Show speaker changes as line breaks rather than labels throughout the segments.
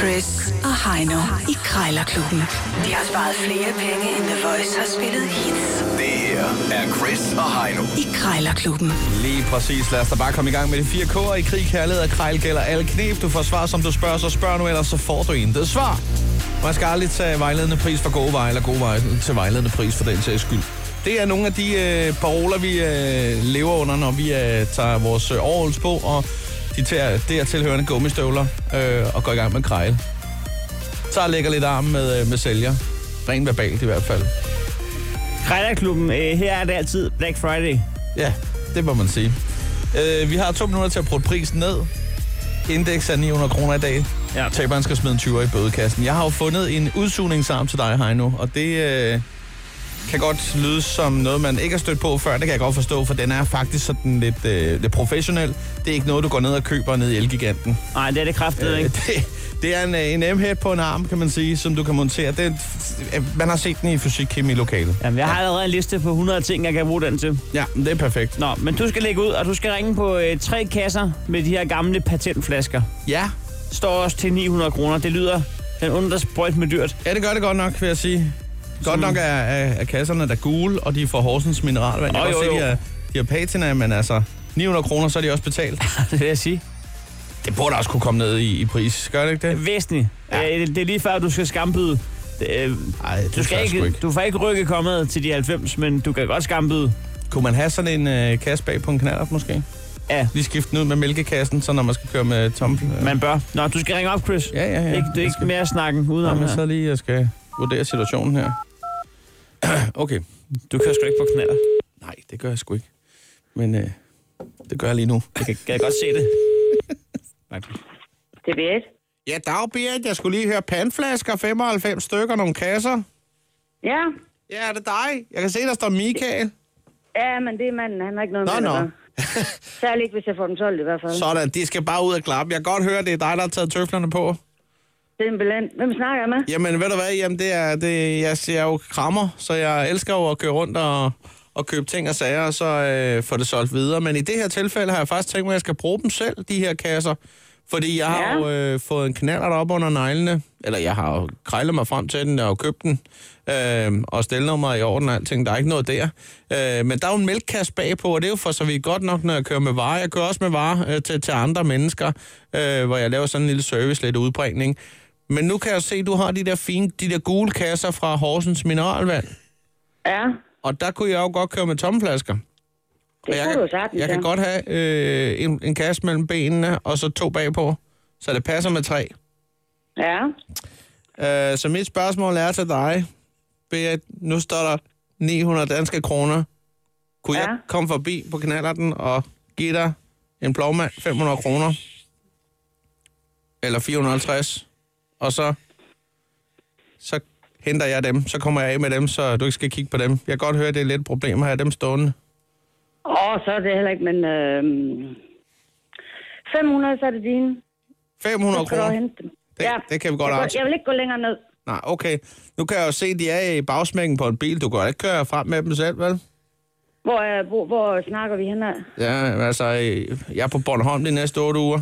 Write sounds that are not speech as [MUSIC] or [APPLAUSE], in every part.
Chris og Heino i Krejlerklubben. De har sparet flere penge, end The Voice har spillet hits
Det her er Chris og Heino.
i Krejlerklubben.
Lige præcis. Lad os da bare komme i gang med de fire K'er i krig, kærlighed og krejl gælder alle knep. Du får svar, som du spørger, så spørg nu, ellers så får du intet svar. Man skal aldrig tage vejledende pris for gode veje, eller gode veje til vejledende pris for den sags skyld. Det er nogle af de øh, paroler, vi øh, lever under, når vi øh, tager vores øh, overholds på, og de tager dertilhørende gummistøvler øh, og går i gang med krejl. Så lægger lidt arm med, øh, med sælger. Rent verbalt i hvert fald.
Krejlerklubben, øh, her er det altid Black Friday.
Ja, det må man sige. Øh, vi har to minutter til at prøve prisen ned. Indeks er 900 kroner i dag.
Ja.
Taberen skal smide en 20'er i bødekassen. Jeg har jo fundet en udsugningsarm til dig, Heino, og det øh, kan godt lyde som noget, man ikke har stødt på før. Det kan jeg godt forstå, for den er faktisk sådan lidt, øh, lidt professionel. Det er ikke noget, du går ned og køber ned i Elgiganten.
Nej, det er det kraftede,
Øh,
ikke?
det, det er en, øh, en M-head på en arm, kan man sige, som du kan montere. Det, øh, man har set den i fysik-kemi lokalet.
Jamen, jeg har allerede en liste på 100 ting, jeg kan bruge den til.
Ja, det er perfekt.
Nå, men du skal lægge ud, og du skal ringe på øh, tre kasser med de her gamle patentflasker.
Ja,
Står også til 900 kroner. Det lyder den under sprøjt med dyrt.
Ja, det gør det godt nok, vil jeg sige. Godt nok er, er, er kasserne der gule, og de er fra Horsens Mineralvand. Jeg
Åh,
kan
jo,
godt se,
jo.
de er, de er patina, men altså 900 kroner, så er de også betalt.
[LAUGHS] det vil jeg sige.
Det burde også kunne komme ned i, i pris, gør det ikke det?
Væsentligt.
Ja.
Ja. Øh, det er lige før, du skal skambyde. Øh,
Nej,
du, skal ikke,
ikke.
du får ikke rykke kommet til de 90, men du kan godt skambyde.
Kunne man have sådan en øh, kasse bag på en knallert måske?
Ja.
Lige skifte den ud med mælkekassen, så når man skal køre med tom... Øh.
Man bør. Nå, du skal ringe op, Chris.
Ja, ja, ja.
Ikke, det er
Jeg
ikke
skal-
mere snakken udenom
Nå, men
her.
så lige, jeg skal vurdere situationen her. okay.
Du kører sgu ikke på knaller.
Nej, det gør jeg sgu ikke. Men øh, det gør jeg lige nu.
Jeg kan, kan jeg godt se det. Nej.
Det er Berit.
Ja, dag Berit, jeg skulle lige høre pandflasker, 95 stykker, nogle kasser.
Ja.
Ja, er det dig? Jeg kan se, der står Michael.
Ja, men det er manden. Han har ikke noget
Nå,
med
nå.
det at gøre. Særligt ikke, hvis jeg får dem solgt i hvert fald. Så.
Sådan, de skal bare ud og klappe. Jeg kan godt høre, det er dig, der har taget tøflerne på.
Simpelthen. Hvem snakker jeg med?
Jamen, ved du hvad? Jamen, det er, det, jeg, jeg er jo krammer, så jeg elsker jo at køre rundt og, og købe ting og sager, og så øh, få det solgt videre. Men i det her tilfælde har jeg faktisk tænkt mig, at jeg skal bruge dem selv, de her kasser. Fordi jeg har
Ja.
jo øh, fået en knaller op under neglene. Eller jeg har jo krejlet mig frem til den og købt den. Øh, og stelnummeret i orden og alting. Der er ikke noget der. Øh, men der er jo en mælkekasse bagpå, og det er jo for så vidt godt nok, når jeg kører med varer. Jeg kører også med varer øh, til, til andre mennesker, øh, hvor jeg laver sådan en lille service, lidt udbringning. Men nu kan jeg se, at du har de der fine, de der gule kasser fra Horsens Mineralvand.
Ja.
Og der kunne jeg jo godt køre med tomme flasker.
Det
Og jeg,
kunne
kan-
du sagtens,
Jeg kan
ja.
godt have øh, en, en kasse mellem benene, og så to bagpå. Så det passer med tre.
Ja.
Øh, så mit spørgsmål er til dig, Berit. Nu står der 900 danske kroner. Kunne ja.
Ja.
jeg komme forbi på knallerten og give dig en plovmand 500 kroner? Eller 450? Og så, så henter jeg dem. Så kommer jeg af med dem, så du ikke skal kigge på dem. Jeg kan godt høre, det er lidt et problem at have dem stående.
Åh, så er det heller ikke, men... Øh, 500, så er det dine.
500
Så skal du over og
kroner?
hente dem.
Det- det kan vi godt
jeg,
aftale.
jeg vil ikke gå længere ned.
Nej, okay. Nu kan jeg jo se, at de er i bagsmækken på en bil. Du kan jo ikke køre frem med dem selv, vel?
Hvor, øh, hvor, hvor snakker vi henad?
Ja, altså, øh, jeg er på Bornholm de næste otte uger.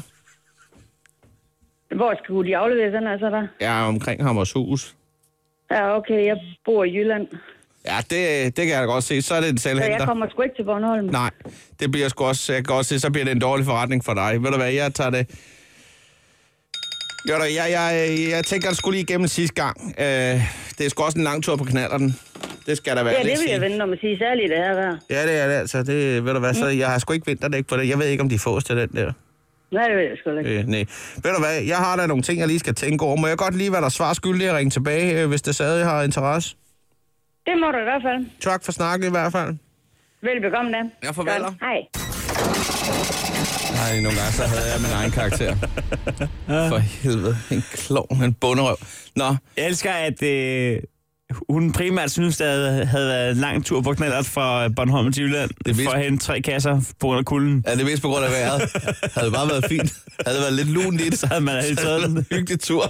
Hvor skal de afleveres henad, så der?
Jeg er omkring Hammershus.
Ja, okay, jeg bor i Jylland.
Ja, det, det kan jeg da godt se. Så er det en
Så jeg
selvhenter.
kommer sgu ikke til Bornholm.
Nej, det bliver sgu også, jeg kan godt se, så bliver det en dårlig forretning for dig. Ved du hvad, jeg tager det... Jo, da, jeg, jeg, jeg tænker, det skulle lige igennem sidste gang. Øh, det er sgu også en lang tur på knallerten. Det skal der være.
Ja, det vil jeg vente om at sige, særligt i det her vejr.
Ja, det er det altså. Det, ved du hvad, så
Mm.
jeg har sgu ikke vinterdæk på det. Jeg ved ikke, om de fås til den der.
Nej, det vil jeg sgu ikke.
Øh, nej. Ved du hvad, jeg har da nogle ting, jeg lige skal tænke over. Må jeg godt lige være der svar skyldig og ringe tilbage, øh, hvis det stadig har interesse?
Det må du i hvert fald.
Tak for snakken i hvert fald.
Velbekomme da.
Ja, farvel.
Godt. Hej.
Nej, nogle gange så havde jeg min egen karakter. For helvede, en klovn, en bunderøv. Nå,
Jeg elsker, at øh, hun primært synes, at havde været en lang tur på knallert fra Bornholm til Jylland
er vist-
for at hente tre kasser på grund af kulden.
er det mest på grund af vejret? Havde det bare været fint? Havde det været lidt lun lidt?
Så havde man
Så
helt
havde
taget
det været
den.
en hyggelig [LAUGHS] tur.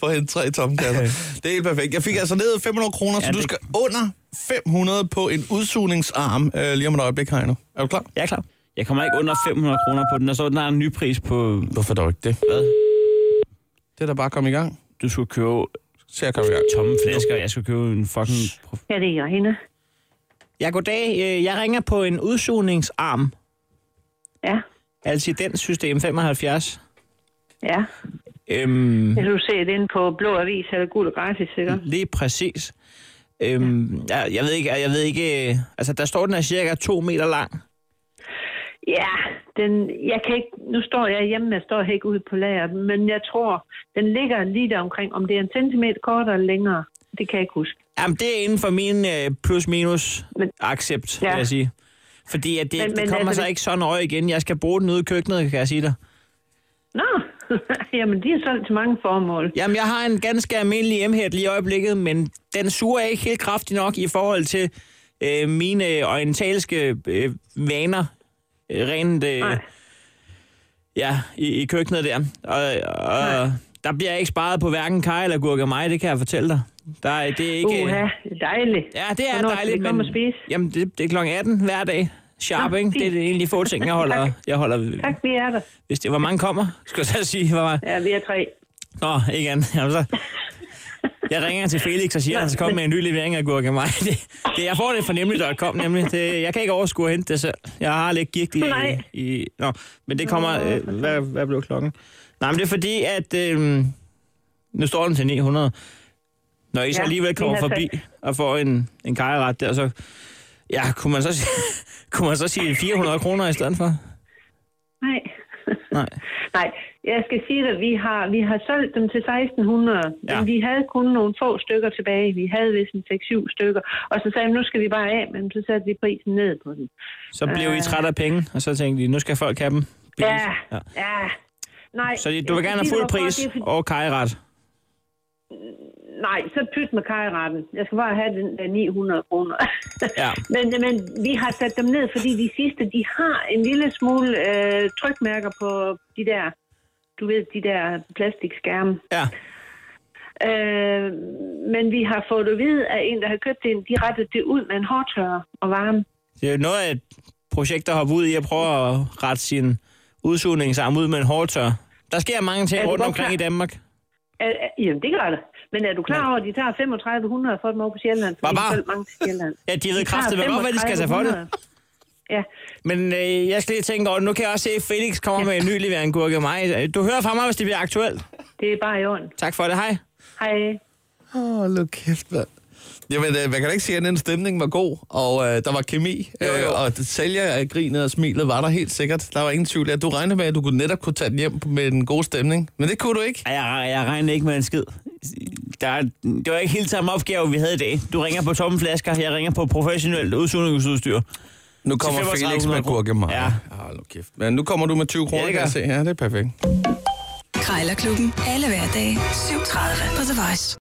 For at hente tre tomme kasser. Det er helt perfekt. Jeg fik altså ned 500 kroner, så
Ja,
du
det-
skal under 500 på en udsugningsarm øh, lige om et øjeblik, Heino. Er du klar?
Jeg er klar. Jeg kommer ikke under 500 kroner på den, og så den har en ny pris på...
Hvorfor dog ikke det?
Hvad?
Det er da bare at komme i gang.
Du skulle købe
Så jeg kommer i gang.
tomme flasker, jeg skulle købe en fucking...
Ja, det er jeg hende.
Ja, goddag. Øh, Jeg ringer på en udsugningsarm.
Ja,
Altidens altså system 75.
ja.
Øhm,
Jeg du se det inde på Blå Avis eller Gul og Gratis, sikkert.
lige præcis. Øhm, jeg, jeg ved ikke, jeg ved ikke, øh, altså der står den er cirka to meter lang.
Ja, den, jeg kan ikke, nu står jeg hjemme, jeg står ikke ude på lageret, men jeg tror, den ligger lige der omkring, om det er en centimeter kortere eller længere, det kan jeg ikke huske.
Jamen det er inden for min øh, plus minus
Men-
accept, ja.
Ja.
vil jeg sige. Fordi at det,
Men-
men, men,
men
det kommer
altså,
så
det-
ikke så nøje igen. Jeg skal bruge den ude i køkkenet, kan jeg sige dig.
Nå, [LAUGHS] jamen de er solgt til mange formål.
Jamen, jeg har en ganske almindelig M-hat lige i øjeblikket, men den suger ikke helt kraftig nok i forhold til øh, mine orientalske øh, vaner. Øh, Rent, øh,
Nej.
ja, i, i køkkenet der. Og, og der bliver ikke sparet på hverken kaj eller gurke mig, det kan jeg fortælle dig. Der, er- det er ikke...
Uha, dejligt.
Ja, det er
Hvornår skal
dejligt,
vi komme og spise?
Jamen, det, det er kl. 18 hver dag. Sharp,
Nå,
ikke?
fint.
Det er det egentlig få ting, jeg holder, jeg holder ved.
[LAUGHS] Tak, vi er der.
Hvis det, hvor mange kommer, skulle jeg så sige. Hvor, mange-
Ja, vi er tre.
Nå, ikke andet. Jamen, så... Jeg ringer til Felix og siger, at han skal komme med en ny levering af gurke mig. Det, det, jeg får det fornemmeligt .com nemlig. Det, jeg kan ikke overskue at hente det selv. Jeg har lidt gigt i...
Nej.
i nå, men det kommer... Øh, hvad, hvad blev klokken? Nej, men det er fordi, at... Øh, nu står den til 900. Når I så
Ja,
alligevel
vi
kommer
havde
forbi og får en, en kajeret der, så... Ja, kunne man så, sige, [LAUGHS] kunne man så sige 400 kroner i stedet for?
Nej.
Nej.
Nej, jeg skal sige dig, vi har, vi har solgt dem til 1600, ja.
Ja.
men vi havde kun nogle få stykker tilbage. Vi havde vist en 6-7 stykker, og så sagde vi, nu skal vi bare af, men så satte vi prisen ned på den.
Så blev I træt af penge, og så tænkte I, nu skal folk have dem.
Øh. Ja, ja. ja. Nej,
Så det- du
jeg
vil
skal
gerne have
sige
fuld
dig, hvorfor,
pris
det er fordi-
og kajeret.
Nej, så pyt med kajretten. Jeg skal bare have den der 900 kroner.
Ja.
[LAUGHS] men, men vi har sat dem ned, fordi de sidste, de har en lille smule øh, trykmærker på de der, du ved, de der plastikskærme.
Ja.
Øh, men vi har fået at vide af en, der har købt en, de rettede det ud med en hårdtørre og varme.
Det er jo noget af et projekt, der hopper ud i at prøve at rette sin udsugningsarm ud med en hårdtør. Der sker mange
Er
ting
du
rundt
godt
omkring i
klar?
Danmark.
Øh, øh, jamen, det gør det. Men er du klar over, at de tager 3500 for dem over på Sjælland? fordi
Hvad
de
var?
er solgt mange til Sjælland.
Ja, de ved
tager
kraftigt, hvorfor de skal tage for det.
3500. Ja,
Men øh, jeg skal lige tænke over, det. nu kan jeg også se, at Felix kommer med en ny levering gurke mig. Du hører fra mig, hvis det bliver aktuelt.
det er bare i orden.
Tak for det. Hej.
Hej.
Åh, oh, luk kæft, mand. Jamen, øh, man kan da ikke sige, at den stemning var god, og øh, der var kemi, jo, jo. Øh, og sælger grinet og smilet var der helt sikkert. Der var ingen tvivl. Ja, du regnede med, at du kunne netop kunne tage den hjem med den gode stemning, men det kunne du ikke.
Ej, Jeg, jeg regner ikke med en skid. Der, er- det var ikke helt samme opgave, vi havde i dag. Du ringer på tomme flasker, jeg ringer på professionelt udsugningsudstyr.
Nu kommer
Til 3500
Felix med gurkemar.
Ja.
Oh, kæft. Men nu kommer du med 20 kroner,
Ja, det
kan jeg se.
gør
Ja, det er perfekt.
Krejlerklubben. Alle hverdage. 7.30 på The Voice.